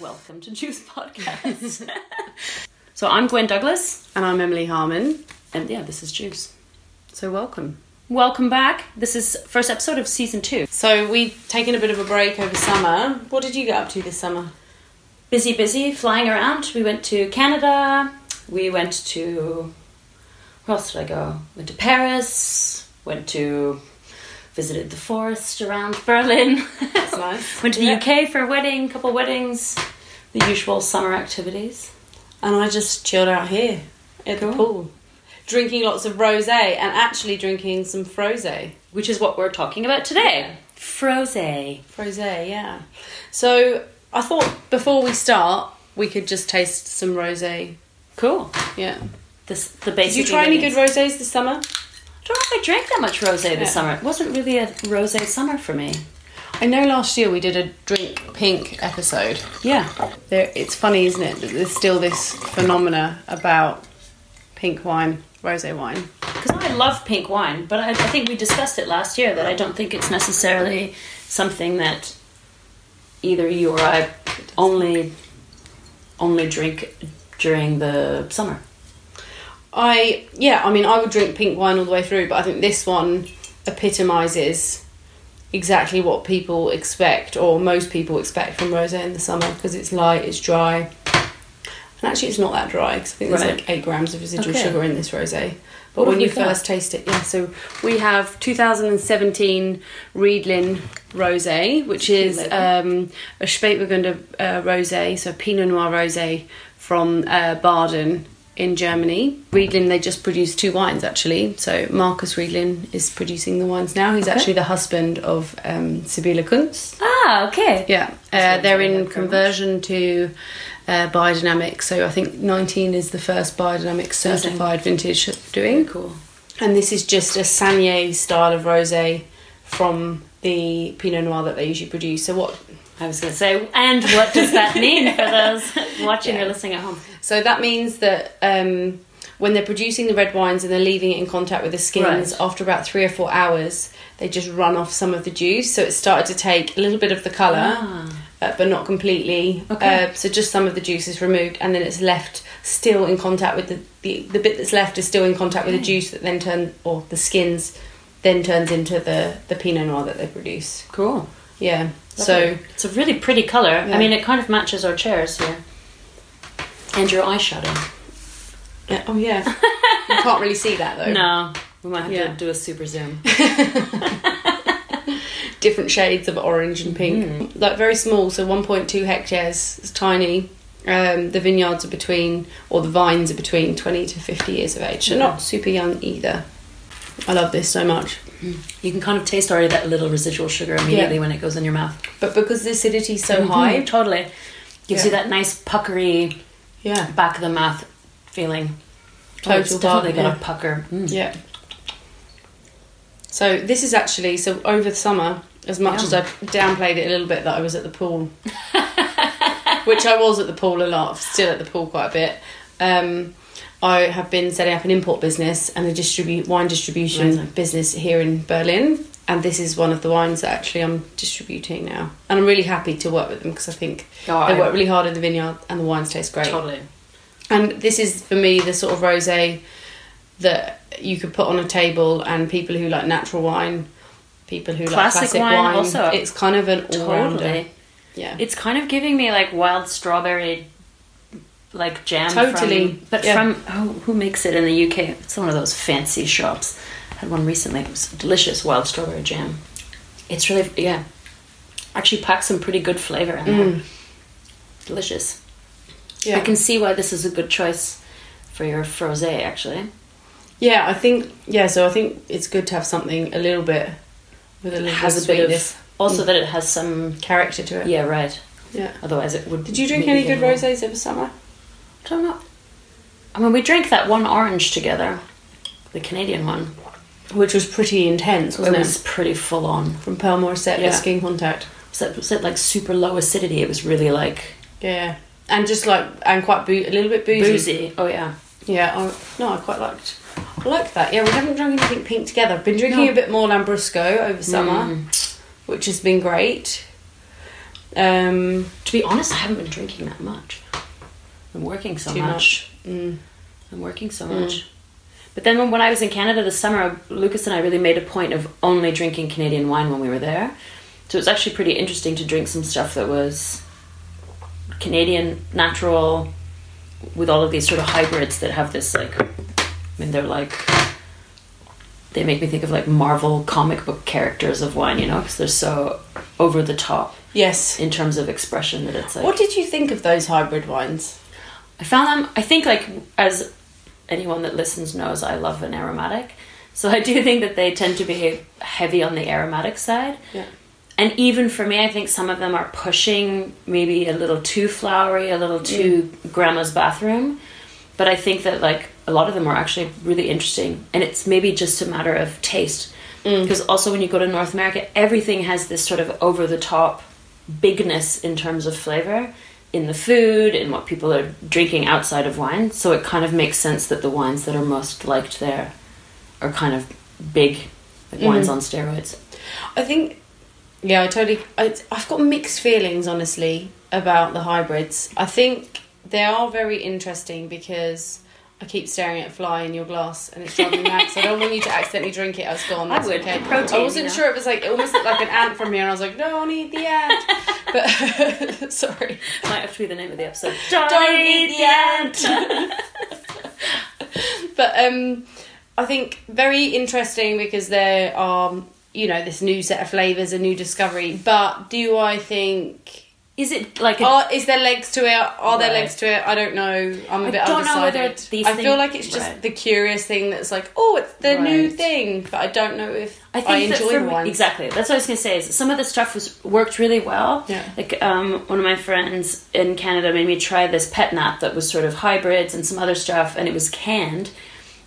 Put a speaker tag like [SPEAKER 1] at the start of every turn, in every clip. [SPEAKER 1] Welcome to Juice Podcast. so I'm Gwen Douglas,
[SPEAKER 2] And I'm Emily Harmon.
[SPEAKER 1] and yeah, this is Juice.
[SPEAKER 2] So welcome.
[SPEAKER 1] Welcome back. This is first episode of season two.
[SPEAKER 2] So we've taken a bit of a break over summer. What did you get up to this summer?
[SPEAKER 1] Busy, busy, flying around. We went to Canada. We went to where else did I go? Went to Paris. Went to visited the forest around Berlin.
[SPEAKER 2] That's nice.
[SPEAKER 1] went to the
[SPEAKER 2] Yeah.
[SPEAKER 1] UK for a wedding, couple weddings, the usual summer activities.
[SPEAKER 2] And I just chilled out here at
[SPEAKER 1] Cool.
[SPEAKER 2] the pool. Drinking lots of rosé and actually drinking some frosé.
[SPEAKER 1] which is what we're talking about today. Froze.
[SPEAKER 2] Frosé, yeah. So I thought before we start, we could just taste some rosé.
[SPEAKER 1] Cool.
[SPEAKER 2] Yeah.
[SPEAKER 1] This the
[SPEAKER 2] Did
[SPEAKER 1] basic.
[SPEAKER 2] you try any good
[SPEAKER 1] ingredients.
[SPEAKER 2] rosés this summer?
[SPEAKER 1] I don't know if I drank that much rosé this
[SPEAKER 2] Yeah.
[SPEAKER 1] summer. It wasn't really a rosé summer for me.
[SPEAKER 2] I know last year we did a drink pink episode.
[SPEAKER 1] Yeah.
[SPEAKER 2] There, it's funny, isn't it? That there's still this phenomena about pink wine, rosé wine.
[SPEAKER 1] Because I love pink wine, but I, I think we discussed it last year that I don't think it's necessarily something that either you or I only only drink during the summer.
[SPEAKER 2] I yeah, I mean, I would drink pink wine all the way through, but I think this one epitomizes exactly what people expect, or most people expect from rosé in the summer, because it's light, it's dry, and actually it's not that dry because I think there's
[SPEAKER 1] Right.
[SPEAKER 2] like eight grams of residual
[SPEAKER 1] Okay.
[SPEAKER 2] sugar in this rosé. But
[SPEAKER 1] What
[SPEAKER 2] when
[SPEAKER 1] have
[SPEAKER 2] you
[SPEAKER 1] we got?
[SPEAKER 2] first taste it, yeah. So we have 2017 Riedlin Rosé, which is
[SPEAKER 1] label.
[SPEAKER 2] um, a Spätburgunder uh, rosé, so a Pinot Noir rosé from uh, Baden in Germany. Riedlin, they just produced two wines actually. So Marcus Riedlin is producing the wines now. He's actually the husband of um, Sibylle Kunz.
[SPEAKER 1] Ah, okay.
[SPEAKER 2] Yeah,
[SPEAKER 1] That's
[SPEAKER 2] uh,
[SPEAKER 1] what
[SPEAKER 2] they're
[SPEAKER 1] I like
[SPEAKER 2] in
[SPEAKER 1] very much.
[SPEAKER 2] conversion to uh, biodynamic. So I think 19 is the first biodynamic certified vintage that they're doing.
[SPEAKER 1] Cool.
[SPEAKER 2] And this is just a Sanier style of rosé from the Pinot Noir that they usually produce. So what?
[SPEAKER 1] I was going to say, and what does that mean for those watching or
[SPEAKER 2] Yeah.
[SPEAKER 1] listening at home?
[SPEAKER 2] So that means that um, when they're producing the red wines and they're leaving it in contact with the skins,
[SPEAKER 1] Right.
[SPEAKER 2] after about three or four hours, they just run off some of the juice. So it started to take a little bit of the colour. uh, but not completely.
[SPEAKER 1] Ah. Okay.
[SPEAKER 2] Uh, so just some of the juice is removed, and then it's left still in contact with the the, the bit that's left is still in contact with the juice that then turn or the skins then turns into the the Pinot Noir that they produce.
[SPEAKER 1] Cool.
[SPEAKER 2] Yeah.
[SPEAKER 1] So
[SPEAKER 2] So
[SPEAKER 1] it's a really pretty color. I
[SPEAKER 2] Yeah.
[SPEAKER 1] mean, it kind of matches our chairs here. And your eyeshadow.
[SPEAKER 2] yeah, oh yeah, you can't really see that though.
[SPEAKER 1] No, Oh. we might have
[SPEAKER 2] Yeah.
[SPEAKER 1] to do a super zoom.
[SPEAKER 2] Different shades of orange and pink, like very small. So 1.2 hectares, it's tiny. Um, the vineyards are between, or the vines are between 20 to 50 years of age. So not super young either. I love this so much.
[SPEAKER 1] You can kind of taste already that little residual sugar immediately
[SPEAKER 2] Yeah.
[SPEAKER 1] when it goes in your mouth. Mm-hmm.
[SPEAKER 2] But because the acidity is so high,
[SPEAKER 1] totally. Gives you
[SPEAKER 2] Yeah.
[SPEAKER 1] that nice puckery
[SPEAKER 2] yeah,
[SPEAKER 1] back of the mouth feeling. Oh,
[SPEAKER 2] Total
[SPEAKER 1] it's definitely
[SPEAKER 2] bar,
[SPEAKER 1] gonna
[SPEAKER 2] yeah.
[SPEAKER 1] pucker. Mm.
[SPEAKER 2] yeah. So this is actually so over the summer. As much as I downplayed it a little bit that I was at the pool, which I was at the pool a lot, still at the pool quite a bit. Um, I have been setting up an import business and a distribute wine distribution
[SPEAKER 1] Amazing.
[SPEAKER 2] business here in Berlin, and this is one of the wines that actually I'm distributing now, and I'm really happy to work with them because I think
[SPEAKER 1] Oh,
[SPEAKER 2] they
[SPEAKER 1] I-
[SPEAKER 2] work really hard in the vineyard and the wines taste great.
[SPEAKER 1] Totally.
[SPEAKER 2] And this is for me the sort of rosé that you could put on a table, and people who like natural wine, people who
[SPEAKER 1] Classic
[SPEAKER 2] like classic
[SPEAKER 1] wine
[SPEAKER 2] wine,
[SPEAKER 1] also.
[SPEAKER 2] it's kind of an all rounder.
[SPEAKER 1] Totally.
[SPEAKER 2] Yeah,
[SPEAKER 1] It's kind of giving me like wild strawberry, like jam.
[SPEAKER 2] Totally,
[SPEAKER 1] From, but
[SPEAKER 2] yeah.
[SPEAKER 1] from oh, who makes it in the UK? It's one of those fancy shops. I had one recently. It was delicious wild strawberry jam. It's really yeah. Actually, packs some pretty good flavor in there. Delicious.
[SPEAKER 2] Mm. yeah.
[SPEAKER 1] I can see why this is a good choice for your frosé. Actually,
[SPEAKER 2] yeah, I think yeah. So I think it's good to have something a little bit with a
[SPEAKER 1] it
[SPEAKER 2] little
[SPEAKER 1] has
[SPEAKER 2] bit
[SPEAKER 1] a bit
[SPEAKER 2] sweetness,
[SPEAKER 1] of also that it has some.
[SPEAKER 2] character to it.
[SPEAKER 1] Yeah, right.
[SPEAKER 2] yeah.
[SPEAKER 1] Otherwise, it would.
[SPEAKER 2] Did you drink
[SPEAKER 1] maybe
[SPEAKER 2] any
[SPEAKER 1] get
[SPEAKER 2] good
[SPEAKER 1] away.
[SPEAKER 2] rosés over summer?
[SPEAKER 1] I don't know. I mean, we drank that one orange together, the Canadian one.
[SPEAKER 2] Which was pretty intense,
[SPEAKER 1] It
[SPEAKER 2] wasn't it?
[SPEAKER 1] was pretty full on.
[SPEAKER 2] From Pearl Morissette
[SPEAKER 1] Yeah.
[SPEAKER 2] at Skin Contact.
[SPEAKER 1] So it was at like super low acidity. It was really like
[SPEAKER 2] Yeah, and just like and quite boo- a little bit boozy.
[SPEAKER 1] boozy. Oh yeah,
[SPEAKER 2] Yeah, I, no, I quite liked. I like that. Yeah, we haven't drunk anything pink together. I've been drinking
[SPEAKER 1] No.
[SPEAKER 2] Mm. a bit more Lambrusco over summer, which has been great. Um,
[SPEAKER 1] To be honest, I haven't been drinking that much. I'm working so
[SPEAKER 2] Too
[SPEAKER 1] much.
[SPEAKER 2] mm,
[SPEAKER 1] I'm working so much. But then when, when I was in Canada this summer, Lucas and I really made a point of only drinking Canadian wine when we were there. So it's actually pretty interesting to drink some stuff that was Canadian, natural, with all of these sort of hybrids that have this like, I mean, they're like, they make me think of like Marvel comic book characters of wine, you know, because they're so over the top
[SPEAKER 2] yes.
[SPEAKER 1] in terms of expression that it's like.
[SPEAKER 2] What did you think of those hybrid wines?
[SPEAKER 1] I found them. I think, like as anyone that listens knows, I love an aromatic. So I do think that they tend to be heavy on the aromatic side.
[SPEAKER 2] Yeah.
[SPEAKER 1] And even for me, I think some of them are pushing maybe a little too flowery, a little too grandma's bathroom. But I think that like a lot of them are actually really interesting, and it's maybe just a matter of taste. Because also when you go to North America, everything has this sort of over the top bigness in terms of flavor in the food in what people are drinking outside of wine. So it kind of makes sense that the wines that are most liked there are kind of big, like wines on steroids.
[SPEAKER 2] I think, yeah, I totally. I, I've got mixed feelings, honestly, about the hybrids. I think they are very interesting because I keep staring at a fly in your glass and it's driving me mad. So I don't want you to accidentally drink it. I was gone.
[SPEAKER 1] I
[SPEAKER 2] That's
[SPEAKER 1] would,
[SPEAKER 2] Okay.
[SPEAKER 1] the protein,
[SPEAKER 2] I wasn't
[SPEAKER 1] you know.
[SPEAKER 2] sure it was like it almost looked like an ant from here, and I was like, no, I'll eat the ant. But sorry.
[SPEAKER 1] Might have to be the name of the episode.
[SPEAKER 2] Don't eat the ant.
[SPEAKER 1] ant.
[SPEAKER 2] but um, I think very interesting because there are you know this new set of flavors, a new discovery. But do I think
[SPEAKER 1] Is it like a,
[SPEAKER 2] are is there legs to it? Are there
[SPEAKER 1] Right.
[SPEAKER 2] legs to it? I don't know. I'm a
[SPEAKER 1] I
[SPEAKER 2] bit
[SPEAKER 1] don't know
[SPEAKER 2] undecided.
[SPEAKER 1] whether these
[SPEAKER 2] I feel
[SPEAKER 1] things-
[SPEAKER 2] like it's just
[SPEAKER 1] right.
[SPEAKER 2] the curious thing that's like, oh, it's the new
[SPEAKER 1] Right.
[SPEAKER 2] thing. But I don't know if I,
[SPEAKER 1] I think that
[SPEAKER 2] enjoy
[SPEAKER 1] for
[SPEAKER 2] the
[SPEAKER 1] me-
[SPEAKER 2] wine.
[SPEAKER 1] Exactly. That's what I was gonna say. Is some of the stuff was worked really well.
[SPEAKER 2] Yeah.
[SPEAKER 1] Like um, one of my friends in Canada made me try this pet nap that was sort of hybrids and some other stuff, and it was canned.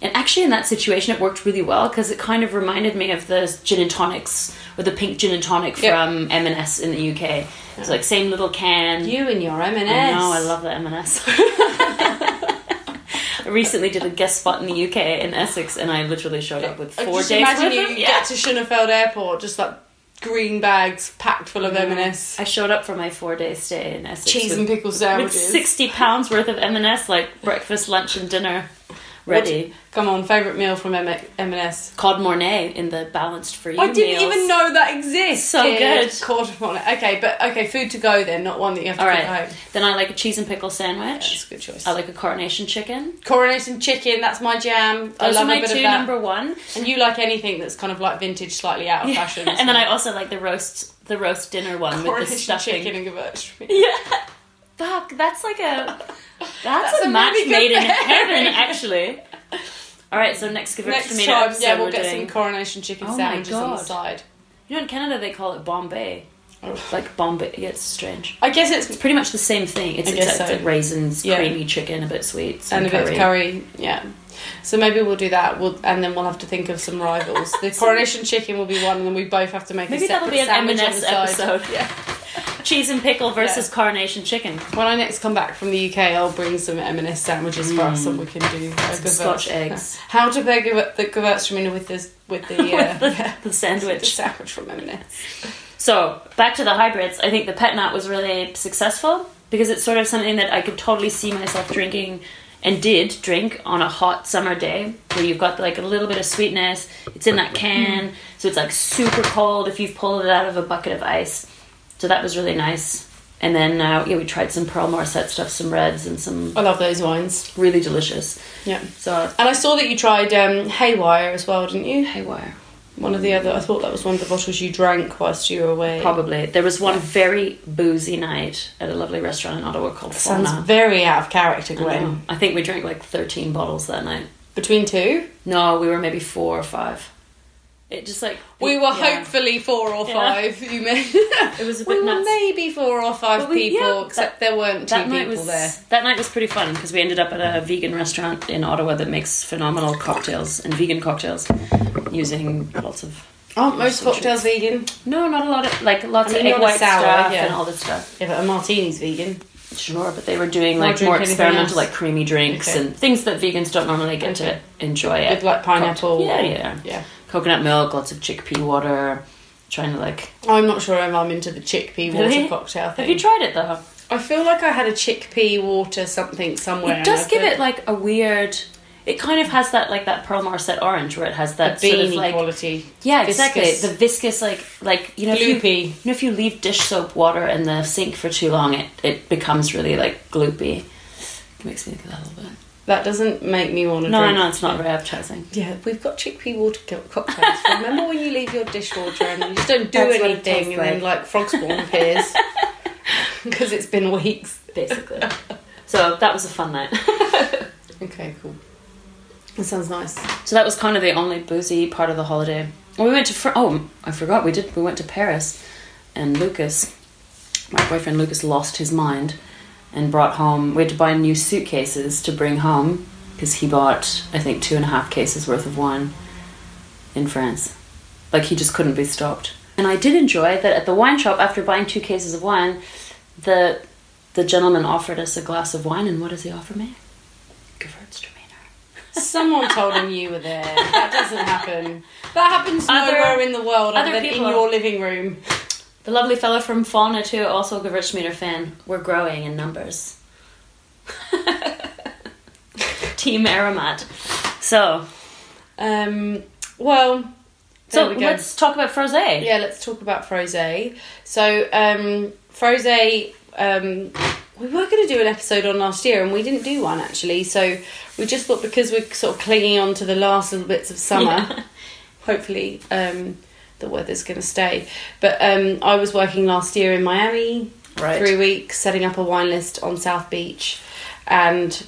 [SPEAKER 1] And actually, in that situation, it worked really well because it kind of reminded me of the gin and tonics or the pink gin and tonic
[SPEAKER 2] Yep.
[SPEAKER 1] from M and S in the UK. It was like same little can.
[SPEAKER 2] You and your M&S.
[SPEAKER 1] I know, I love the M&S. I recently did a guest spot in the UK in Essex, and I literally showed up with
[SPEAKER 2] I
[SPEAKER 1] four
[SPEAKER 2] Oh, just
[SPEAKER 1] days
[SPEAKER 2] imagine
[SPEAKER 1] worth
[SPEAKER 2] you
[SPEAKER 1] of-
[SPEAKER 2] get
[SPEAKER 1] yeah.
[SPEAKER 2] to Schoenfeld Airport, just like green bags packed full of M&S,
[SPEAKER 1] I showed up for my four day stay in Essex
[SPEAKER 2] cheese
[SPEAKER 1] with,
[SPEAKER 2] and pickle
[SPEAKER 1] with
[SPEAKER 2] sandwiches.
[SPEAKER 1] sixty pounds worth of M&S, like breakfast, lunch, and dinner, ready.
[SPEAKER 2] Come on, favourite meal from M- M&S.
[SPEAKER 1] Cod Mornay in the balanced for you.
[SPEAKER 2] I didn't
[SPEAKER 1] meals.
[SPEAKER 2] even know that exists.
[SPEAKER 1] So good.
[SPEAKER 2] Quarter upon it. Okay, but okay, food to go then, not one that you have to
[SPEAKER 1] All
[SPEAKER 2] cook
[SPEAKER 1] right,
[SPEAKER 2] at home.
[SPEAKER 1] then I like a cheese and pickle
[SPEAKER 2] That's
[SPEAKER 1] sandwich.
[SPEAKER 2] a good choice.
[SPEAKER 1] I like a coronation chicken.
[SPEAKER 2] Coronation chicken, that's my jam. I
[SPEAKER 1] Those
[SPEAKER 2] love
[SPEAKER 1] are my
[SPEAKER 2] a bit
[SPEAKER 1] two
[SPEAKER 2] of that.
[SPEAKER 1] number one.
[SPEAKER 2] and you like anything that's kind of like vintage, slightly out of fashion.
[SPEAKER 1] and then I also like the roast, the roast dinner one with the
[SPEAKER 2] coronation
[SPEAKER 1] stuffing.
[SPEAKER 2] chicken and gavurch.
[SPEAKER 1] Yeah. Fuck, that's like a that's,
[SPEAKER 2] That's
[SPEAKER 1] a,
[SPEAKER 2] a
[SPEAKER 1] match
[SPEAKER 2] really good
[SPEAKER 1] made in
[SPEAKER 2] pairing.
[SPEAKER 1] heaven, actually. All right, so next give
[SPEAKER 2] Next
[SPEAKER 1] to me
[SPEAKER 2] time,
[SPEAKER 1] episode
[SPEAKER 2] yeah,
[SPEAKER 1] we're
[SPEAKER 2] we'll get
[SPEAKER 1] doing-
[SPEAKER 2] some coronation chicken
[SPEAKER 1] Oh my
[SPEAKER 2] sandwiches on the
[SPEAKER 1] God.
[SPEAKER 2] side.
[SPEAKER 1] You know, in Canada they call it Bombay,
[SPEAKER 2] Oh.
[SPEAKER 1] like Bombay. Yeah, it's strange.
[SPEAKER 2] I guess it's
[SPEAKER 1] It's pretty much the same thing. It's,
[SPEAKER 2] I guess
[SPEAKER 1] it's like
[SPEAKER 2] so.
[SPEAKER 1] the raisins,
[SPEAKER 2] Yeah.
[SPEAKER 1] creamy chicken, a bit sweet, some
[SPEAKER 2] and a bit of curry. Yeah. So maybe we'll do that. We'll and then we'll have to think of some rivals. The coronation chicken will be one, and then we both have to make
[SPEAKER 1] Maybe
[SPEAKER 2] a
[SPEAKER 1] that'll
[SPEAKER 2] separate
[SPEAKER 1] be an
[SPEAKER 2] sandwich on
[SPEAKER 1] M&S
[SPEAKER 2] the side.
[SPEAKER 1] episode.
[SPEAKER 2] Yeah.
[SPEAKER 1] Cheese and pickle versus
[SPEAKER 2] Yeah.
[SPEAKER 1] coronation chicken.
[SPEAKER 2] When I next come back from the UK, I'll bring some M&S sandwiches for us, and we can do a gavurch.
[SPEAKER 1] Mm. Scotch eggs.
[SPEAKER 2] How to pair gav- the gavurch from India with this with the, uh,
[SPEAKER 1] The
[SPEAKER 2] the
[SPEAKER 1] sandwich.
[SPEAKER 2] sandwich from M&S.
[SPEAKER 1] So back to the hybrids, I think the pet nat was really successful because it's sort of something that I could totally see myself drinking and did drink on a hot summer day where you've got like a little bit of sweetness. It's in that can, so it's like super cold if you've pulled it out of a bucket of ice. So that was really nice. And then uh, yeah, we tried some Pearl Morset stuff, some reds and some
[SPEAKER 2] I love those wines.
[SPEAKER 1] really delicious.
[SPEAKER 2] Yeah.
[SPEAKER 1] So
[SPEAKER 2] And I saw that you tried um, Haywire as well, didn't you?
[SPEAKER 1] haywire.
[SPEAKER 2] One of the other. I thought that was one of the bottles you drank whilst you were away.
[SPEAKER 1] Probably. There was one very boozy night at a lovely restaurant in Ottawa called
[SPEAKER 2] Sounds
[SPEAKER 1] Fauna.
[SPEAKER 2] very out of character,
[SPEAKER 1] I
[SPEAKER 2] Gwen.
[SPEAKER 1] know. I think we drank like 13 bottles that night.
[SPEAKER 2] Between two,
[SPEAKER 1] No, we were maybe four or five. It just like
[SPEAKER 2] we were
[SPEAKER 1] yeah.
[SPEAKER 2] hopefully four or
[SPEAKER 1] Yeah.
[SPEAKER 2] five. You mean
[SPEAKER 1] It was a bit
[SPEAKER 2] we were
[SPEAKER 1] nuts.
[SPEAKER 2] maybe four or five
[SPEAKER 1] But we-
[SPEAKER 2] people,
[SPEAKER 1] yeah,
[SPEAKER 2] except there weren't two
[SPEAKER 1] that
[SPEAKER 2] people
[SPEAKER 1] night was
[SPEAKER 2] there.
[SPEAKER 1] that night was pretty fun because we ended up at a vegan restaurant in Ottawa that makes phenomenal cocktails and vegan cocktails using lots of
[SPEAKER 2] Aren't most
[SPEAKER 1] Some
[SPEAKER 2] cocktails vegan?
[SPEAKER 1] no, not a lot of like lots
[SPEAKER 2] I mean,
[SPEAKER 1] of
[SPEAKER 2] not
[SPEAKER 1] egg
[SPEAKER 2] a
[SPEAKER 1] white
[SPEAKER 2] sour,
[SPEAKER 1] stuff
[SPEAKER 2] yeah.
[SPEAKER 1] and all this stuff.
[SPEAKER 2] Yeah, but a martini's vegan.
[SPEAKER 1] Sure, but they were doing
[SPEAKER 2] Not
[SPEAKER 1] like
[SPEAKER 2] drink
[SPEAKER 1] more
[SPEAKER 2] anything else.
[SPEAKER 1] experimental, like creamy drinks
[SPEAKER 2] Okay.
[SPEAKER 1] and things that vegans don't normally get
[SPEAKER 2] Okay.
[SPEAKER 1] to enjoy.
[SPEAKER 2] With
[SPEAKER 1] at
[SPEAKER 2] like
[SPEAKER 1] cocktail-
[SPEAKER 2] pineapple.
[SPEAKER 1] Yeah, yeah.
[SPEAKER 2] Yeah.
[SPEAKER 1] coconut milk, lots of chickpea water, trying to like.
[SPEAKER 2] I'm not sure if I'm into the chickpea water
[SPEAKER 1] Really?
[SPEAKER 2] cocktail
[SPEAKER 1] Have
[SPEAKER 2] thing.
[SPEAKER 1] you tried it though?
[SPEAKER 2] I feel like I had a chickpea water something somewhere.
[SPEAKER 1] It does
[SPEAKER 2] and I
[SPEAKER 1] give
[SPEAKER 2] put
[SPEAKER 1] it like a weird. It kind of has that like that Pearl Marset orange where it has
[SPEAKER 2] a
[SPEAKER 1] that sort
[SPEAKER 2] beanie
[SPEAKER 1] of like
[SPEAKER 2] quality.
[SPEAKER 1] yeah exactly
[SPEAKER 2] viscous-
[SPEAKER 1] the viscous like like you know if you,
[SPEAKER 2] Gloopy.
[SPEAKER 1] you know if you leave dish soap water in the sink for too long it it becomes really like gloopy. It makes me think of that a little bit.
[SPEAKER 2] That doesn't make me want to
[SPEAKER 1] No,
[SPEAKER 2] drink.
[SPEAKER 1] no, it's not very appetizing.
[SPEAKER 2] Yeah, we've got chickpea water co- cocktails. Remember when you leave your dishwater and you just don't do
[SPEAKER 1] That's what it
[SPEAKER 2] anything,
[SPEAKER 1] tastes
[SPEAKER 2] and then like frog spawn appears because it's been weeks.
[SPEAKER 1] Basically, so that was a fun night.
[SPEAKER 2] Okay, cool. That sounds nice.
[SPEAKER 1] So that was kind of the only boozy part of the holiday. We went to Fr- oh, I forgot we did. We went to Paris, and Lucas, my boyfriend Lucas, lost his mind, and brought home. We had to buy new suitcases to bring home because he bought I think two and a half cases worth of wine in France. Like he just couldn't be stopped. And I did enjoy that at the wine shop after buying two cases of wine, the the gentleman offered us a glass of wine, and what does he offer me? Gewürztraminer.
[SPEAKER 2] Someone told him you were there. That doesn't happen. That happens
[SPEAKER 1] Other-
[SPEAKER 2] nowhere in the world other
[SPEAKER 1] other
[SPEAKER 2] than in
[SPEAKER 1] people-
[SPEAKER 2] your living room.
[SPEAKER 1] The lovely fellow from Fauna too, also a Gewürztraminer fan. We're growing in numbers. Team Aramat. So,
[SPEAKER 2] Um, well,
[SPEAKER 1] so
[SPEAKER 2] there we go.
[SPEAKER 1] let's talk about Frosé.
[SPEAKER 2] Yeah, let's talk about Frosé. So, um, Frosé, um, we were going to do an episode on last year and we didn't do one actually. So, we just thought because we're sort of clinging on to the last little bits of summer, hopefully um, the weather's going to stay. But um, I was working last year in Miami,
[SPEAKER 1] Right.
[SPEAKER 2] three weeks, setting up a wine list on South Beach. And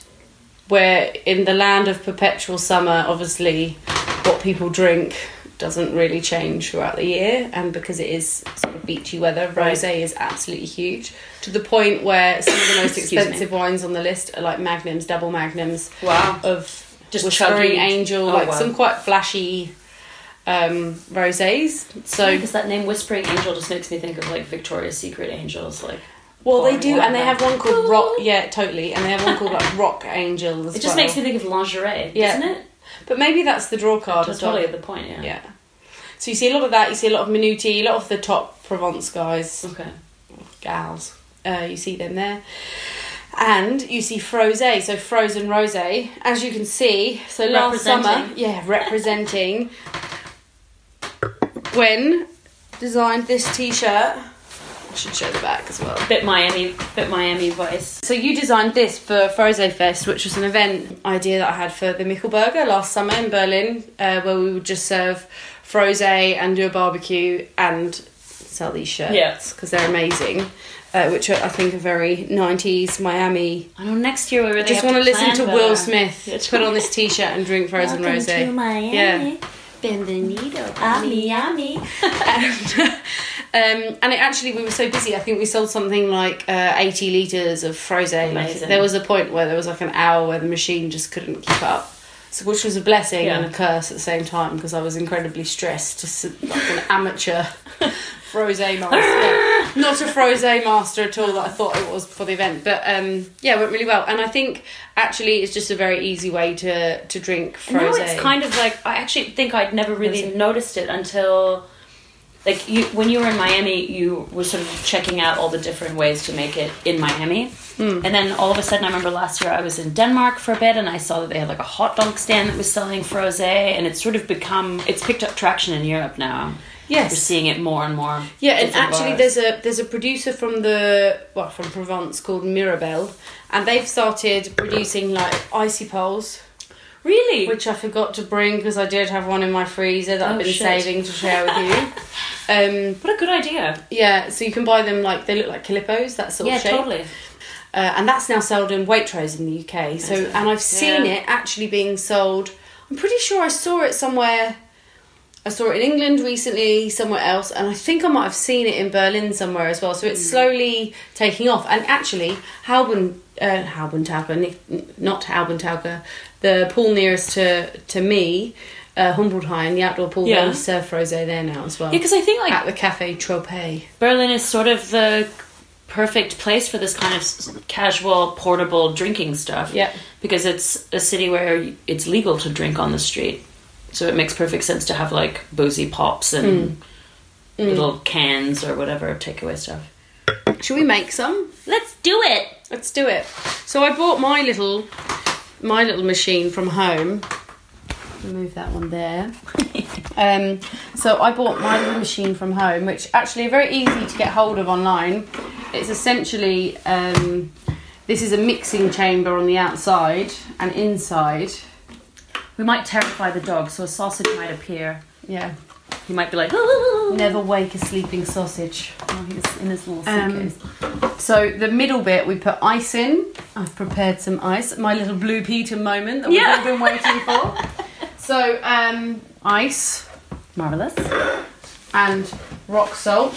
[SPEAKER 2] we're in the land of perpetual summer, obviously, what people drink doesn't really change throughout the year. And because it is sort of beachy weather,
[SPEAKER 1] Right.
[SPEAKER 2] rosé is absolutely huge to the point where some of the most
[SPEAKER 1] Excuse me.
[SPEAKER 2] expensive wines on the list are like magnums, double magnums
[SPEAKER 1] Wow.
[SPEAKER 2] of
[SPEAKER 1] Just
[SPEAKER 2] Whispering
[SPEAKER 1] chuggy.
[SPEAKER 2] Angel,
[SPEAKER 1] Oh,
[SPEAKER 2] like
[SPEAKER 1] wow.
[SPEAKER 2] some quite flashy um, rosés. So,
[SPEAKER 1] because that name Whispering Angel just makes me think of like Victoria's Secret Angels. Like,
[SPEAKER 2] well, they
[SPEAKER 1] Fine
[SPEAKER 2] do,
[SPEAKER 1] wine
[SPEAKER 2] and they
[SPEAKER 1] then.
[SPEAKER 2] have one called Rock. Yeah, totally, and they have one called like Rock Angel as
[SPEAKER 1] it just
[SPEAKER 2] well.
[SPEAKER 1] makes me think of lingerie,
[SPEAKER 2] Yeah.
[SPEAKER 1] doesn't it?
[SPEAKER 2] But maybe that's the draw card
[SPEAKER 1] That's
[SPEAKER 2] as well.
[SPEAKER 1] totally the point. Yeah.
[SPEAKER 2] Yeah. So you see a lot of that. You see a lot of Minuti, a lot of the top Provence guys,
[SPEAKER 1] Okay.
[SPEAKER 2] gals. Uh, you see them there. And you see Frosé, so frozen rosé, as you can see. So last summer,
[SPEAKER 1] Representing.
[SPEAKER 2] yeah, representing. Gwen designed this T-shirt. I should show the back as well.
[SPEAKER 1] Bit Miami, bit Miami Vice.
[SPEAKER 2] So you designed this for Frosé Fest, which was an event idea that I had for the Michelburger last summer in Berlin, uh, where we would just serve Frosé and do a barbecue and sell these shirts
[SPEAKER 1] Yeah.
[SPEAKER 2] because they're amazing, uh, which are, I think are very 90s Miami.
[SPEAKER 1] I know next year we really
[SPEAKER 2] just
[SPEAKER 1] want to
[SPEAKER 2] listen
[SPEAKER 1] plan
[SPEAKER 2] to
[SPEAKER 1] better.
[SPEAKER 2] Will Smith
[SPEAKER 1] Yeah, totally.
[SPEAKER 2] put on this T-shirt and drink frozen
[SPEAKER 1] Welcome
[SPEAKER 2] rosé.
[SPEAKER 1] to Miami.
[SPEAKER 2] Yeah.
[SPEAKER 1] Bienvenido a Miami.
[SPEAKER 2] Um, and it actually, we were so busy. I think we sold something like uh, eighty liters of frosé. Like,
[SPEAKER 1] Amazing.
[SPEAKER 2] there was a point where there was like an hour where the machine just couldn't keep up, so which was a blessing
[SPEAKER 1] Yeah.
[SPEAKER 2] and a curse at the same time because I was incredibly stressed, just like an amateur frosé master, not a frosé master at all that I thought it was before the event. But um, yeah, it went really well, and I think actually it's just a very easy way to to drink
[SPEAKER 1] No,
[SPEAKER 2] frosé.
[SPEAKER 1] it's kind of like I actually think I'd never really
[SPEAKER 2] Rosé.
[SPEAKER 1] noticed it until like you when you were in Miami, you were sort of checking out all the different ways to make it in Miami.
[SPEAKER 2] Hmm.
[SPEAKER 1] And then all of a sudden, I remember last year I was in Denmark for a bit, and I saw that they had like a hot dog stand that was selling frosé, and it's sort of become it's picked up traction in Europe now.
[SPEAKER 2] yes,
[SPEAKER 1] We're seeing it more and more.
[SPEAKER 2] Yeah, and
[SPEAKER 1] Different
[SPEAKER 2] actually,
[SPEAKER 1] bars.
[SPEAKER 2] there's a there's a producer from the well from Provence called Mirabelle, and they've started producing like icy poles,
[SPEAKER 1] really
[SPEAKER 2] which I forgot to bring because I did have one in my freezer that I've
[SPEAKER 1] Oh,
[SPEAKER 2] been
[SPEAKER 1] shit.
[SPEAKER 2] saving to share with you. Um,
[SPEAKER 1] what a good idea.
[SPEAKER 2] yeah, so you can buy them like they look like calippos, that sort
[SPEAKER 1] Yeah,
[SPEAKER 2] of shape,
[SPEAKER 1] totally.
[SPEAKER 2] uh, and that's now sold in Waitrose in the UK. So,
[SPEAKER 1] Amazing.
[SPEAKER 2] and I've seen
[SPEAKER 1] Yeah.
[SPEAKER 2] it actually being sold. I'm pretty sure I saw it somewhere. I saw it in England recently, somewhere else, and I think I might have seen it in Berlin somewhere as well. So it's
[SPEAKER 1] Hmm.
[SPEAKER 2] slowly taking off. And actually, Hauben, uh, Haubentaucher, n- not Haubentaucher, the pool nearest to to me, uh, Humboldthain, the outdoor pool,
[SPEAKER 1] Yeah.
[SPEAKER 2] they serve frosé there now as well.
[SPEAKER 1] Yeah, because I think like
[SPEAKER 2] at the Cafe Tropez.
[SPEAKER 1] Berlin is sort of the perfect place for this kind of s- casual, portable drinking stuff.
[SPEAKER 2] Yeah.
[SPEAKER 1] Because it's a city where y- it's legal Mm. to drink on the street. So it makes perfect sense to have like boozy pops and little cans or whatever takeaway stuff.
[SPEAKER 2] Should we make some?
[SPEAKER 1] Let's do it.
[SPEAKER 2] Let's do it. So I bought my little my little machine from home. Move that one there. um, so I bought my little machine from home, which actually are very easy to get hold of online. It's essentially um, this is a mixing chamber on the outside and inside.
[SPEAKER 1] We might terrify the dog, so a sausage might appear.
[SPEAKER 2] Yeah,
[SPEAKER 1] He might be like, "Ooh."
[SPEAKER 2] never wake a sleeping sausage.
[SPEAKER 1] Oh, he's in his little
[SPEAKER 2] Um,
[SPEAKER 1] suitcase.
[SPEAKER 2] so the middle bit we put ice in. I've prepared some ice. My little blue Peter moment that we've
[SPEAKER 1] Yeah.
[SPEAKER 2] all been waiting for. So um, ice
[SPEAKER 1] Marvelous.
[SPEAKER 2] and rock salt.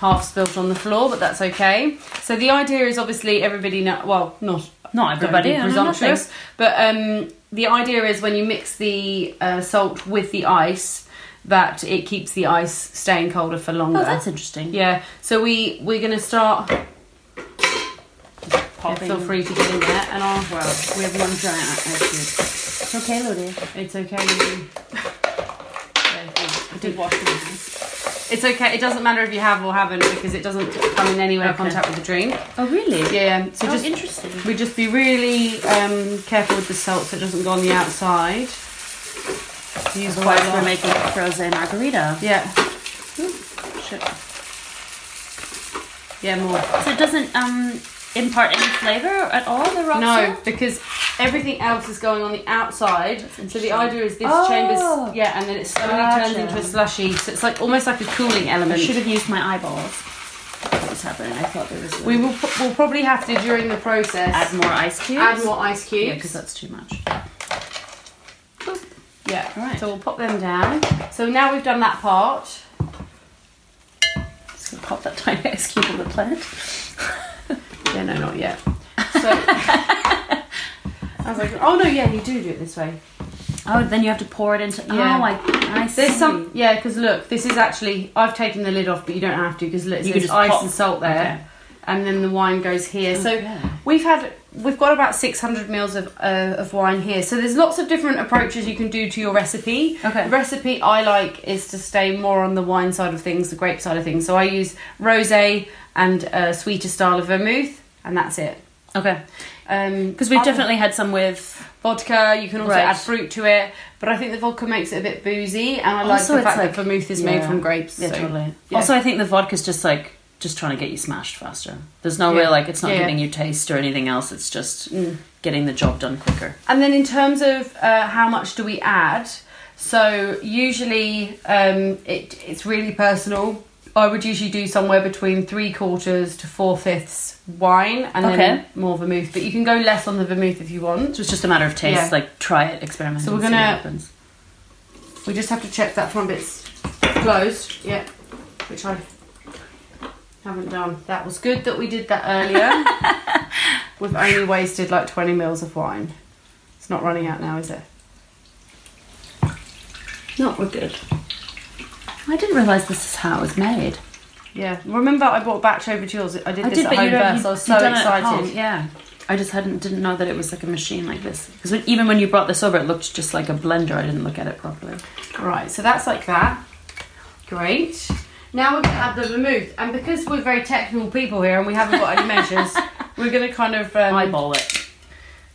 [SPEAKER 2] Half spilt on the floor, but that's okay. So the idea is obviously everybody know. Well, not
[SPEAKER 1] Not
[SPEAKER 2] don't wanna be
[SPEAKER 1] everybody. I know
[SPEAKER 2] presumptuous,
[SPEAKER 1] nothing.
[SPEAKER 2] but um, the idea is when you mix the uh, salt with the ice, that it keeps the ice staying colder for longer.
[SPEAKER 1] Oh, that's interesting.
[SPEAKER 2] Yeah, so we we're gonna start. Yeah,
[SPEAKER 1] Popping.
[SPEAKER 2] feel free to get in there, and I'll.
[SPEAKER 1] Well, we have one giant ice cube. It's okay, Lodi.
[SPEAKER 2] It's okay. Lily. I did wash my hands. It's okay. It doesn't matter if you have or haven't because it doesn't come in any way
[SPEAKER 1] Okay.
[SPEAKER 2] contact with the drink.
[SPEAKER 1] Oh, really?
[SPEAKER 2] Yeah. So
[SPEAKER 1] Oh,
[SPEAKER 2] just
[SPEAKER 1] interesting.
[SPEAKER 2] we just be really um, careful with the salt so it doesn't go on the outside. Use quite
[SPEAKER 1] Otherwise,
[SPEAKER 2] a
[SPEAKER 1] we're
[SPEAKER 2] lot.
[SPEAKER 1] making a frozen margarita.
[SPEAKER 2] Yeah.
[SPEAKER 1] Shit.
[SPEAKER 2] Yeah. More.
[SPEAKER 1] So it doesn't um, impart any flavor at all, the rock
[SPEAKER 2] No,
[SPEAKER 1] salt?
[SPEAKER 2] because everything else is going on the outside. So the
[SPEAKER 1] interesting.
[SPEAKER 2] idea is this
[SPEAKER 1] Oh.
[SPEAKER 2] chamber's yeah, and then it slowly turns
[SPEAKER 1] Gotcha.
[SPEAKER 2] into a slushy. So it's like almost like a cooling
[SPEAKER 1] I
[SPEAKER 2] element.
[SPEAKER 1] should have used my eyeballs. What's happening? I thought there was.
[SPEAKER 2] We will pro- we'll probably have to during the process
[SPEAKER 1] add more ice cubes.
[SPEAKER 2] add more ice
[SPEAKER 1] Yeah,
[SPEAKER 2] cubes.
[SPEAKER 1] because that's too much.
[SPEAKER 2] Yeah.
[SPEAKER 1] All right.
[SPEAKER 2] So we'll pop them down. So now we've done that part.
[SPEAKER 1] Just gonna pop that tiny ice cube on the plant.
[SPEAKER 2] Yeah, no, not yet. So I was like, oh no, yeah, you do do it this way.
[SPEAKER 1] Oh, then you have to pour it into.
[SPEAKER 2] Yeah.
[SPEAKER 1] Oh, I, I see.
[SPEAKER 2] There's some, yeah, because look, this is actually I've taken the lid off, but you don't have to because look,
[SPEAKER 1] You can
[SPEAKER 2] there's
[SPEAKER 1] just
[SPEAKER 2] ice
[SPEAKER 1] pop.
[SPEAKER 2] and salt there,
[SPEAKER 1] Okay.
[SPEAKER 2] and then the wine goes here.
[SPEAKER 1] Okay.
[SPEAKER 2] So we've had we've got about 600 mils of uh, of wine here. So there's lots of different approaches you can do to your recipe.
[SPEAKER 1] Okay.
[SPEAKER 2] The recipe I like is to stay more on the wine side of things, the grape side of things. So I use rosé and a sweeter style of vermouth, and that's it.
[SPEAKER 1] Okay.
[SPEAKER 2] Um,
[SPEAKER 1] Because we've definitely had some with.
[SPEAKER 2] vodka. You can also
[SPEAKER 1] Right.
[SPEAKER 2] add fruit to it, but I think the vodka makes it a bit boozy, and I
[SPEAKER 1] Also,
[SPEAKER 2] like the
[SPEAKER 1] it's
[SPEAKER 2] fact
[SPEAKER 1] like-
[SPEAKER 2] that vermouth is made
[SPEAKER 1] yeah.
[SPEAKER 2] from grapes.
[SPEAKER 1] Yeah,
[SPEAKER 2] so-
[SPEAKER 1] totally.
[SPEAKER 2] yeah.
[SPEAKER 1] Also, I think the vodka's just like just trying to get you smashed faster. There's no
[SPEAKER 2] Yeah.
[SPEAKER 1] real like it's not
[SPEAKER 2] Yeah, yeah.
[SPEAKER 1] giving you taste or anything else. It's just
[SPEAKER 2] Mm.
[SPEAKER 1] getting the job done quicker.
[SPEAKER 2] and then in terms of uh, how much do we add? So usually um, it, it's really personal. I would usually do somewhere between three quarters to four fifths wine, and
[SPEAKER 1] Okay.
[SPEAKER 2] then more vermouth. But you can go less on the vermouth if you want.
[SPEAKER 1] So it's just a matter of taste.
[SPEAKER 2] Yeah.
[SPEAKER 1] Like try it, experiment.
[SPEAKER 2] So we're
[SPEAKER 1] and see what
[SPEAKER 2] gonna-
[SPEAKER 1] happens.
[SPEAKER 2] We just have to check that front bit's closed. Yeah, which I haven't done. That was good that we did that earlier. We've only wasted like 20 mils of wine. It's not running out now, is it?
[SPEAKER 1] No, we're good. I didn't realize this is how it's made.
[SPEAKER 2] Yeah. Remember, I bought batch over to yours. I did
[SPEAKER 1] I
[SPEAKER 2] this
[SPEAKER 1] did,
[SPEAKER 2] at
[SPEAKER 1] but you
[SPEAKER 2] home
[SPEAKER 1] don't.
[SPEAKER 2] first.
[SPEAKER 1] You,
[SPEAKER 2] I was
[SPEAKER 1] you
[SPEAKER 2] so
[SPEAKER 1] done it at home,
[SPEAKER 2] excited.
[SPEAKER 1] Yeah, I just hadn't didn't know that it was like a machine like this. Because even when you brought this over, it looked just like a blender. I didn't look at it properly.
[SPEAKER 2] Right, so that's like that. Great. Now we're going to add the vermouth, and because we're very technical people here and we haven't got any measures, we're going to kind of um,
[SPEAKER 1] Eyeball it.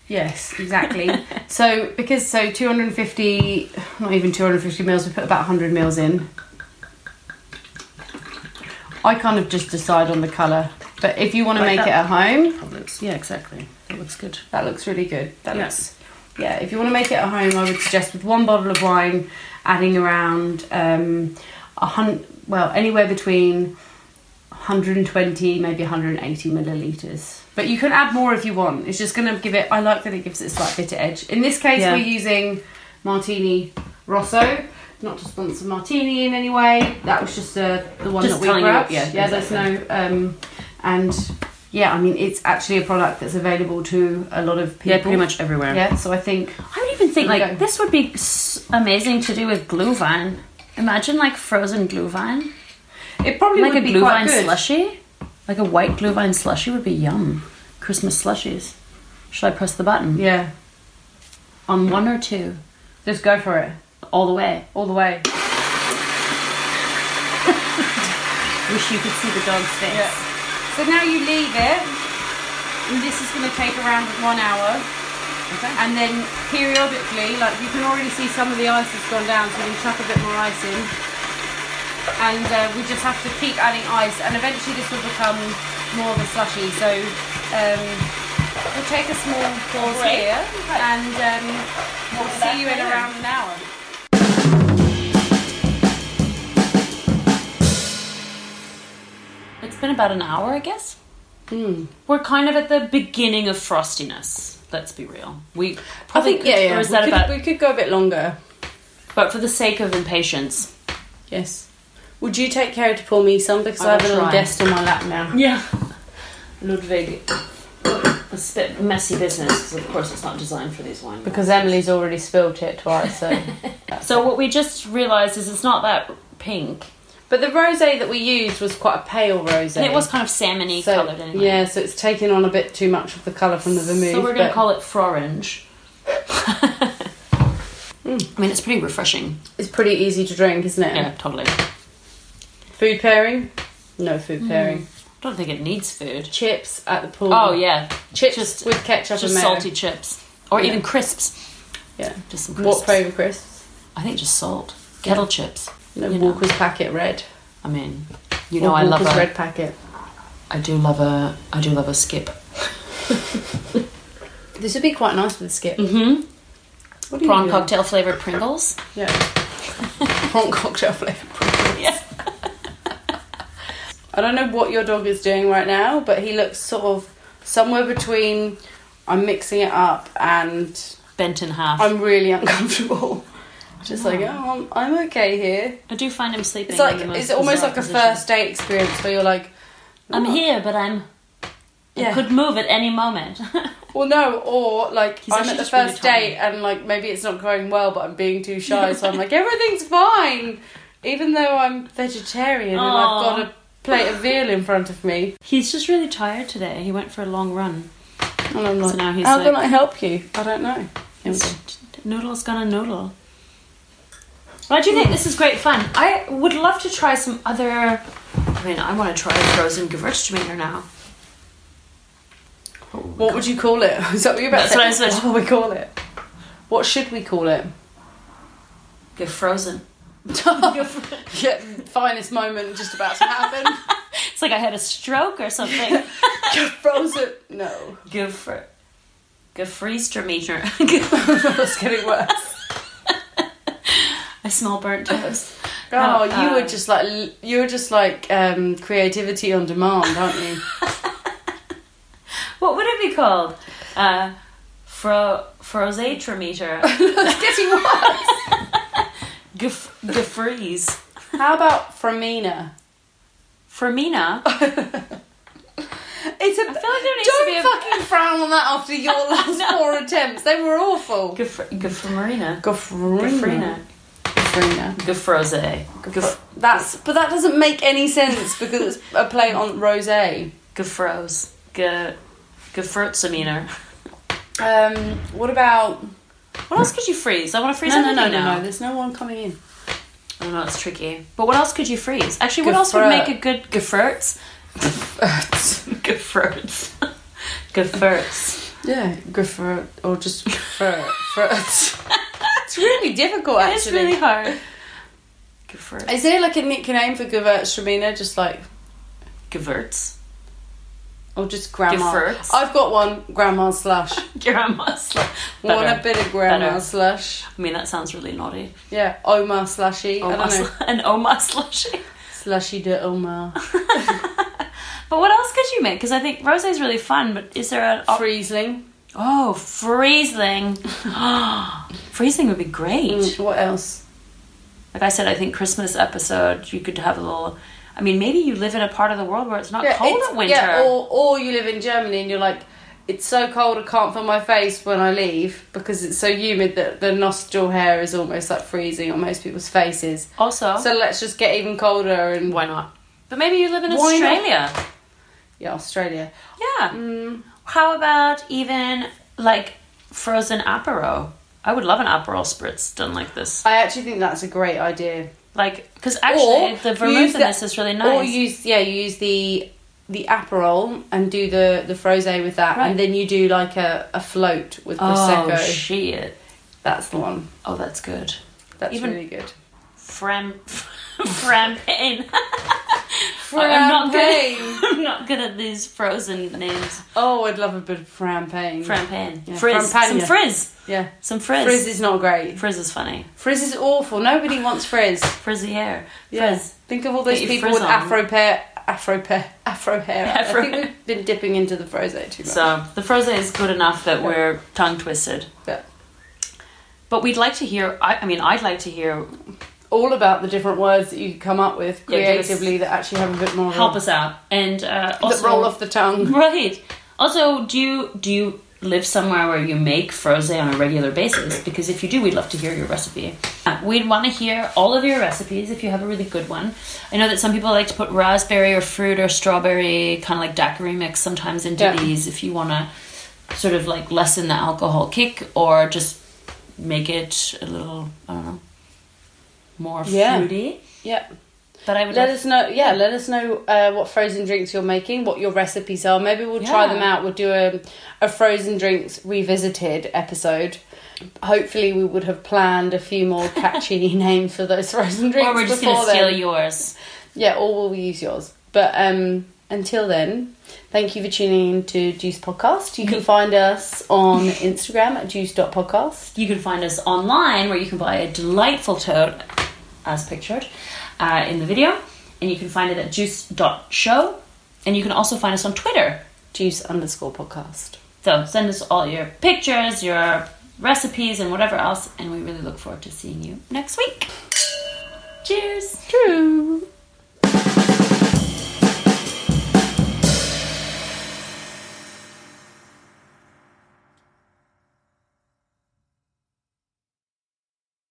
[SPEAKER 2] Yes, exactly. so because so 250, not even 250 mils, we put about 100 mils in. I kind of just decide on the colour, but if you want to
[SPEAKER 1] Like
[SPEAKER 2] make
[SPEAKER 1] that.
[SPEAKER 2] it at home,
[SPEAKER 1] Probably looks- Yeah, exactly. That looks good.
[SPEAKER 2] that looks really good. That
[SPEAKER 1] Yeah.
[SPEAKER 2] looks, yeah. If you want to make it at home, I would suggest with one bottle of wine, adding around um, a hun- well anywhere between 120 maybe 180 milliliters. But you can add more if you want. It's just going to give it. I like that it gives it a slight bitter edge. In this case,
[SPEAKER 1] Yeah.
[SPEAKER 2] we're using Martini Rosso. Not to sponsor Martini in any way. That was just uh, the one
[SPEAKER 1] Just
[SPEAKER 2] that we
[SPEAKER 1] telling you,
[SPEAKER 2] grabbed.
[SPEAKER 1] yeah,
[SPEAKER 2] yeah.
[SPEAKER 1] exactly.
[SPEAKER 2] There's no um, and yeah. I mean, it's actually a product that's available to a lot of people.
[SPEAKER 1] Yeah, pretty much everywhere.
[SPEAKER 2] Yeah, so I think
[SPEAKER 1] I would even think like
[SPEAKER 2] Okay.
[SPEAKER 1] this would be s- amazing to do with glue vine. Imagine like frozen glue vine,
[SPEAKER 2] it probably
[SPEAKER 1] like
[SPEAKER 2] would
[SPEAKER 1] a
[SPEAKER 2] be
[SPEAKER 1] glue
[SPEAKER 2] quite
[SPEAKER 1] vine
[SPEAKER 2] good.
[SPEAKER 1] slushy, like a white glue vine slushy would be yum. Christmas slushies. Should I press the button
[SPEAKER 2] Yeah,
[SPEAKER 1] on one or two,
[SPEAKER 2] just go for it
[SPEAKER 1] all the way?
[SPEAKER 2] all the way.
[SPEAKER 3] wish you could see the dog's face. So now you leave it, and this is going to take around one hour. And then periodically, like you can already see some of the ice has gone down, so we can chuck a bit more ice in. And uh, we just have to keep adding ice, and eventually this will become more of a slushy. So um, we'll take a small pause
[SPEAKER 1] Break.
[SPEAKER 3] here, and um, we'll see you in around an hour.
[SPEAKER 1] It's been about an hour, I guess.
[SPEAKER 2] Hmm.
[SPEAKER 1] We're kind of at the beginning of frostiness. Let's be real. We
[SPEAKER 2] I
[SPEAKER 1] probably
[SPEAKER 2] think
[SPEAKER 1] could,
[SPEAKER 2] yeah, yeah.
[SPEAKER 1] Or is
[SPEAKER 2] we
[SPEAKER 1] that
[SPEAKER 2] could,
[SPEAKER 1] about?
[SPEAKER 2] we could go a bit longer.
[SPEAKER 1] But for the sake of impatience.
[SPEAKER 2] Yes. Would you take care to pour me some because
[SPEAKER 1] I
[SPEAKER 2] I, have
[SPEAKER 1] will
[SPEAKER 2] a little
[SPEAKER 1] try.
[SPEAKER 2] guest on my lap now?
[SPEAKER 1] Yeah. Ludwig. It's a bit messy business because, of course, it's not designed for these wine.
[SPEAKER 2] Because Emily's already spilled it twice. So.
[SPEAKER 1] So what we just realised is it's not that pink.
[SPEAKER 2] but the rosé that we used was quite a pale rosé.
[SPEAKER 1] And it was kind of salmony
[SPEAKER 2] so,
[SPEAKER 1] coloured anyway.
[SPEAKER 2] Yeah, so it's taken on a bit too much of the colour from the vermouth.
[SPEAKER 1] So we're going to
[SPEAKER 2] but-
[SPEAKER 1] call it frorange.
[SPEAKER 2] Mm.
[SPEAKER 1] I mean, it's pretty refreshing.
[SPEAKER 2] It's pretty easy to drink, isn't it?
[SPEAKER 1] Yeah, totally. I
[SPEAKER 2] Food pairing? No
[SPEAKER 1] Mm.
[SPEAKER 2] food pairing.
[SPEAKER 1] don't think it needs food.
[SPEAKER 2] Chips at the pool.
[SPEAKER 1] Oh yeah,
[SPEAKER 2] Chips
[SPEAKER 1] just-
[SPEAKER 2] with ketchup
[SPEAKER 1] just
[SPEAKER 2] and mayo.
[SPEAKER 1] salty chips or even crisps.
[SPEAKER 2] Yeah.
[SPEAKER 1] Just some
[SPEAKER 2] What
[SPEAKER 1] crisps.
[SPEAKER 2] flavour crisps?
[SPEAKER 1] I think just salt. Kettle chips.
[SPEAKER 2] No,
[SPEAKER 1] You know.
[SPEAKER 2] Walker's packet red.
[SPEAKER 1] I mean, you
[SPEAKER 2] Or
[SPEAKER 1] know, I love
[SPEAKER 2] Walker's
[SPEAKER 1] a,
[SPEAKER 2] red packet.
[SPEAKER 1] I do love a. I do love a skip.
[SPEAKER 2] This would be quite nice with a skip.
[SPEAKER 1] Mm-hmm.
[SPEAKER 2] What do you
[SPEAKER 1] Prawn
[SPEAKER 2] do?
[SPEAKER 1] cocktail flavored Pringles.
[SPEAKER 2] Yeah. prawn cocktail flavour.
[SPEAKER 1] Yeah.
[SPEAKER 2] I don't know what your dog is doing right now, but he looks sort of somewhere between I'm mixing it up and
[SPEAKER 1] Bent in half. i
[SPEAKER 2] I'm really uncomfortable. Just like, oh, I'm, I'm okay here.
[SPEAKER 1] do find him sleeping.
[SPEAKER 2] It's like
[SPEAKER 1] in the most
[SPEAKER 2] it's almost
[SPEAKER 1] bizarre
[SPEAKER 2] like a
[SPEAKER 1] positions.
[SPEAKER 2] first date experience where you're like, "Oh,
[SPEAKER 1] I'm here, but I'm. I
[SPEAKER 2] Yeah.
[SPEAKER 1] could move at any moment.
[SPEAKER 2] well, no, or like
[SPEAKER 1] He's
[SPEAKER 2] I'm
[SPEAKER 1] actually
[SPEAKER 2] at the
[SPEAKER 1] just really
[SPEAKER 2] first
[SPEAKER 1] tiny.
[SPEAKER 2] date and like maybe it's not going well, but I'm being too shy, so I'm like everything's fine, even though I'm vegetarian and
[SPEAKER 1] Aw.
[SPEAKER 2] I've got a plate of veal in front of me,
[SPEAKER 1] He's just really tired today. He went for a long run.
[SPEAKER 2] and I'm
[SPEAKER 1] So
[SPEAKER 2] like,
[SPEAKER 1] now he's
[SPEAKER 2] how can
[SPEAKER 1] like-
[SPEAKER 2] I help you? I don't know. Here we go.
[SPEAKER 1] Noodle's gonna noodle. Well, I do
[SPEAKER 2] Hmm.
[SPEAKER 1] think this is great fun. I would love to try some other. I mean, I want to try frozen Gewürztraminer now.
[SPEAKER 2] What would you call it? Is that what you're about
[SPEAKER 1] That's
[SPEAKER 2] to
[SPEAKER 1] what I
[SPEAKER 2] say?
[SPEAKER 1] said.
[SPEAKER 2] What would we call it? What should we call it?
[SPEAKER 1] Gefrozen.
[SPEAKER 2] yeah, finest moment just about to happen.
[SPEAKER 1] It's like I had a stroke or something.
[SPEAKER 2] Frozen. No.
[SPEAKER 1] Gefr. Gefreestrameter.
[SPEAKER 2] That's getting worse.
[SPEAKER 1] I smell burnt toast.
[SPEAKER 2] Oh,
[SPEAKER 1] No,
[SPEAKER 2] you
[SPEAKER 1] uh,
[SPEAKER 2] were just like l- you were just like um, creativity on demand, aren't you?
[SPEAKER 1] What would it be called? Uh, fro frosatrometer.
[SPEAKER 2] That's getting worse.
[SPEAKER 1] Gef- gefreeze.
[SPEAKER 2] How about Framina?
[SPEAKER 1] Fermina.
[SPEAKER 2] It's a.
[SPEAKER 1] I feel like there needs
[SPEAKER 2] Don't
[SPEAKER 1] to be a
[SPEAKER 2] fucking frown on that after your last four attempts. They were awful.
[SPEAKER 1] Gef- Geframarina.
[SPEAKER 2] Gofrina.
[SPEAKER 1] Gefrina.
[SPEAKER 2] Gofrina.
[SPEAKER 1] Gefrose. Gef-
[SPEAKER 2] That's but that doesn't make any sense because it's a play on Um, rosé.
[SPEAKER 1] Gefrose. Ge- Gefrotsaminer.
[SPEAKER 2] Um, what about?
[SPEAKER 1] What else could you freeze? I want to freeze
[SPEAKER 2] No, no, no,
[SPEAKER 1] everything
[SPEAKER 2] no,
[SPEAKER 1] now.
[SPEAKER 2] no. There's no one coming in.
[SPEAKER 1] I don't know, it's tricky. But what else could you freeze? Actually, what else would
[SPEAKER 2] Gefrot.
[SPEAKER 1] make a good Gefurts? Gefurts. Gefurts.
[SPEAKER 2] Yeah, Griffert or just Griffert. it's really difficult, actually.
[SPEAKER 1] It's really hard. Gefurts.
[SPEAKER 2] Is there like a nickname for Gewürztraminer, just like
[SPEAKER 1] Gewurz.
[SPEAKER 2] or just grandma?
[SPEAKER 1] Gewürz.
[SPEAKER 2] I've got one grandma slush.
[SPEAKER 1] Grandma slush.
[SPEAKER 2] Want a bit of grandma
[SPEAKER 1] Better.
[SPEAKER 2] slush?
[SPEAKER 1] I mean, that sounds really naughty.
[SPEAKER 2] Yeah, Omar slushy. I
[SPEAKER 1] Oma
[SPEAKER 2] don't know,
[SPEAKER 1] sl- an Oma slushy.
[SPEAKER 2] slushy de Omar.
[SPEAKER 1] But what else could you make? Because I think rosé is really fun, but is there an op-
[SPEAKER 2] Friesling.
[SPEAKER 1] oh Friesling? Friesling would be great.
[SPEAKER 2] Mm, what else?
[SPEAKER 1] Like I said, I think Christmas episode you could have a little. I mean, maybe you live in a part of the world where it's not cold
[SPEAKER 2] it's-
[SPEAKER 1] at winter.
[SPEAKER 2] Yeah, or or you live in Germany and you're like. It's so cold I can't feel my face when I leave because it's so humid that the nostril hair is almost like freezing on most people's faces.
[SPEAKER 1] also,
[SPEAKER 2] So let's just get even colder and
[SPEAKER 1] why not? But maybe you live in
[SPEAKER 2] Why not?
[SPEAKER 1] Australia.
[SPEAKER 2] yeah, Australia.
[SPEAKER 1] Yeah.
[SPEAKER 2] Mm.
[SPEAKER 1] How about even like frozen apero? I would love an apero spritz done like this.
[SPEAKER 2] I actually think that's a great idea.
[SPEAKER 1] Like, because actually, the vermouth
[SPEAKER 2] use
[SPEAKER 1] in
[SPEAKER 2] the-
[SPEAKER 1] this is really
[SPEAKER 2] Or
[SPEAKER 1] nice.
[SPEAKER 2] use yeah, you use the the aperol and do the the frosé with that,
[SPEAKER 1] Right.
[SPEAKER 2] and then you do like a, a float with
[SPEAKER 1] oh
[SPEAKER 2] prosecco.
[SPEAKER 1] shit!
[SPEAKER 2] That's the one.
[SPEAKER 1] Oh, that's good.
[SPEAKER 2] That's
[SPEAKER 1] Even-
[SPEAKER 2] really good.
[SPEAKER 1] Fram, frampagne. I'm not good.
[SPEAKER 2] Frampagne.
[SPEAKER 1] I'm not good at these frozen names.
[SPEAKER 2] Oh, I'd love a bit of frampagne.
[SPEAKER 1] Frampagne,
[SPEAKER 2] Yeah,
[SPEAKER 1] frizz, some
[SPEAKER 2] frampagne.
[SPEAKER 1] frizz,
[SPEAKER 2] yeah,
[SPEAKER 1] some frizz.
[SPEAKER 2] frizz
[SPEAKER 1] Frizz,
[SPEAKER 2] is not great.
[SPEAKER 1] is funny.
[SPEAKER 2] Frizz is awful. Nobody wants frizz.
[SPEAKER 1] Frizzy hair.
[SPEAKER 2] Yeah.
[SPEAKER 1] Frizz.
[SPEAKER 2] Think of all those
[SPEAKER 1] Get your
[SPEAKER 2] people
[SPEAKER 1] frizz
[SPEAKER 2] with
[SPEAKER 1] on.
[SPEAKER 2] afro pair, afro pair, afro hair.
[SPEAKER 1] Afro-
[SPEAKER 2] I think we've been dipping into the frosé too much.
[SPEAKER 1] So the frozé is good enough that we're tongue twisted.
[SPEAKER 2] Yeah.
[SPEAKER 1] But we'd like to hear. I, I mean, I'd like to hear.
[SPEAKER 2] all about the different words that you could come up with
[SPEAKER 1] Yeah, give us-
[SPEAKER 2] creatively that actually have a bit more of a-
[SPEAKER 1] Help us out and uh,
[SPEAKER 2] that
[SPEAKER 1] also
[SPEAKER 2] roll off the tongue.
[SPEAKER 1] Right. Also, do you do you live somewhere where you make frosé on a regular basis? Because if you do, we'd love to hear your recipe. Uh, We'd want to hear all of your recipes if you have a really good one. I know that some people like to put raspberry or fruit or strawberry, kind of like daiquiri mix, sometimes into
[SPEAKER 2] Yeah.
[SPEAKER 1] these if you want to sort of like lessen the alcohol kick or just make it a little I don't know more
[SPEAKER 2] Yeah.
[SPEAKER 1] fruity.
[SPEAKER 2] Yeah.
[SPEAKER 1] But I would
[SPEAKER 2] Let
[SPEAKER 1] love-
[SPEAKER 2] us know. Yeah, let us know uh, what frozen drinks you're making, what your recipes are. Maybe we'll try
[SPEAKER 1] Yeah.
[SPEAKER 2] them out. We'll do a, a frozen drinks revisited episode. Hopefully, we would have planned a few more catchy names for those frozen drinks
[SPEAKER 1] or we're just
[SPEAKER 2] before
[SPEAKER 1] gonna steal
[SPEAKER 2] then.
[SPEAKER 1] yours.
[SPEAKER 2] Yeah, or we'll use yours. But um, until then, thank you for tuning in to Juice Podcast. You can find us on Instagram at juice.podcast.
[SPEAKER 1] You can find us online where you can buy a delightful tote, as pictured uh, in the video, and you can find it at juice.show. And you can also find us on Twitter.
[SPEAKER 2] Juice underscore podcast.
[SPEAKER 1] So send us all your pictures, your recipes, and whatever else, and we really look forward to seeing you next week. Cheers!
[SPEAKER 2] True.